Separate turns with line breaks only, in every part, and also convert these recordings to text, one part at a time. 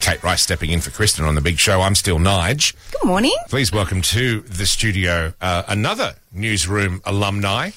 Kate Rice stepping in for Kristen on the big show. I'm still Nige.
Good morning.
Please welcome to the studio uh, another newsroom alumni,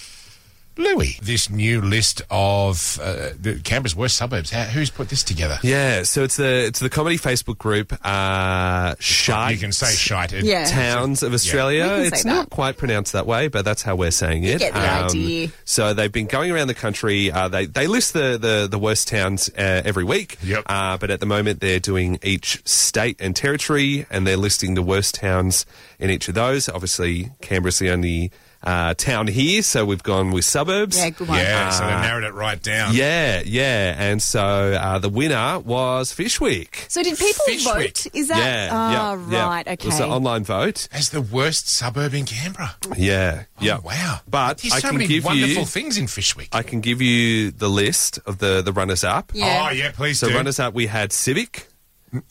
Louis. This new list of uh, the Canberra's worst suburbs. How, who's put this together?
Yeah, so it's the it's the comedy Facebook group, uh, Shite
You can say shite. It-
Yeah.
Towns of Australia.
We can say
it's
that.
not quite pronounced that way, but that's how we're saying it. Um,
get the idea.
So they've been going around the country. Uh, they they list the the, the worst towns uh, every week.
Yep.
Uh, but at the moment, they're doing each state and territory, and they're listing the worst towns in each of those. Obviously, Canberra's the only uh, town here, so we've gone with suburbs.
Yeah, good one.
Yeah, so they narrowed it right down.
Ah. Yeah, yeah. And so uh, the winner was Fishwick.
So did people
Fishwick.
vote? Is that
yeah,
ah
yeah, yeah.
right?
It was an
Okay.
online vote.
As the worst suburb in Canberra.
Yeah, yeah.
Oh, wow.
But
There's
I
so
can
many
give
wonderful
you-
things in Fishwick.
I can give you the list of the, the runners up.
Yeah.
Oh, yeah, please
So
do.
runners up, we had Civic.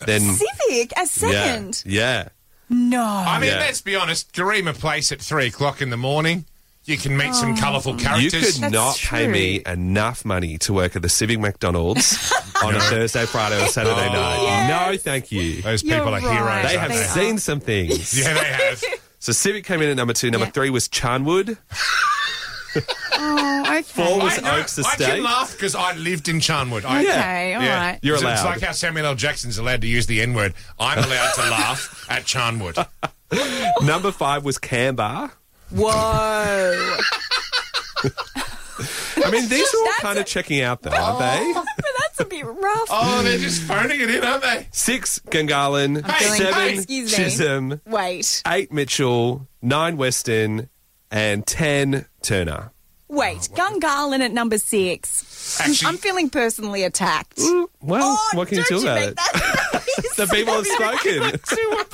Then
Civic as
yeah,
second.
yeah,
No.
I mean,
Yeah.
let's be honest. Garima Place at three o'clock in the morning. You can meet some colourful
you
characters.
could not pay
true.
me enough money to work at the Civic McDonald's on a Thursday, Friday, or Saturday night. No, thank you.
Those
You're
people Oh, are
right.
heroes.
They
They
aren't
have
they?
seen some things.
Yeah, they have.
So Civic came in at number two. Number
Yeah.
three was Charnwood.
Oh, okay.
Four was
I, know.
Oaks
I
Estate.
can laugh because I lived in Charnwood. I,
Yeah.
Okay. all right.
Yeah.
You're
It's- It's
allowed.
like how Samuel L. Jackson's allowed to use the N word. I'm allowed to laugh at Charnwood.
Number five was Canberra.
Whoa.
I mean, these are all
That's
kind
a-
of checking out, though, aren't they?
Oh, but that's a bit rough.
Oh, they're just phoning it in, aren't they?
Six, Gungahlin.
feeling- hey,
Seven,
excuse me.
Chisholm.
Wait.
Eight, Mitchell. Nine, Weston. And ten, Turner.
Wait.
Oh,
Gungarlin at number six.
Actually-
I'm feeling personally attacked.
Well,
Oh,
what can you
don't
do about
make
it?
That
The people have spoken.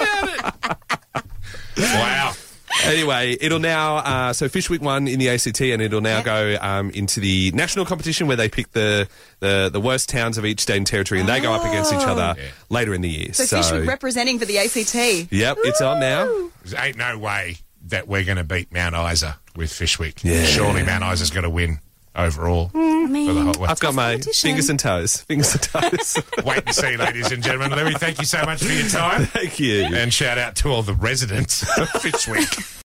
Wow.
anyway, it'll now uh, so Fish Week one in the ACT, and it'll now go um, into the national competition where they pick the the, the worst towns of each state and territory, and they go up against each other
Yeah.
later in the year.
Oh. so, Fish were representing for the ACT.
yep, it's on now.
There ain't no way that we're going to beat Mount Isa with Fishwick. Surely Mount Isa's going to win overall
Mm,
for the whole way.
I've got my
competition.
fingers and toes. Fingers and toes.
Wait and see, ladies and gentlemen. Louis, thank you so much for your time.
Thank you.
And shout out to all the residents of Fishwick.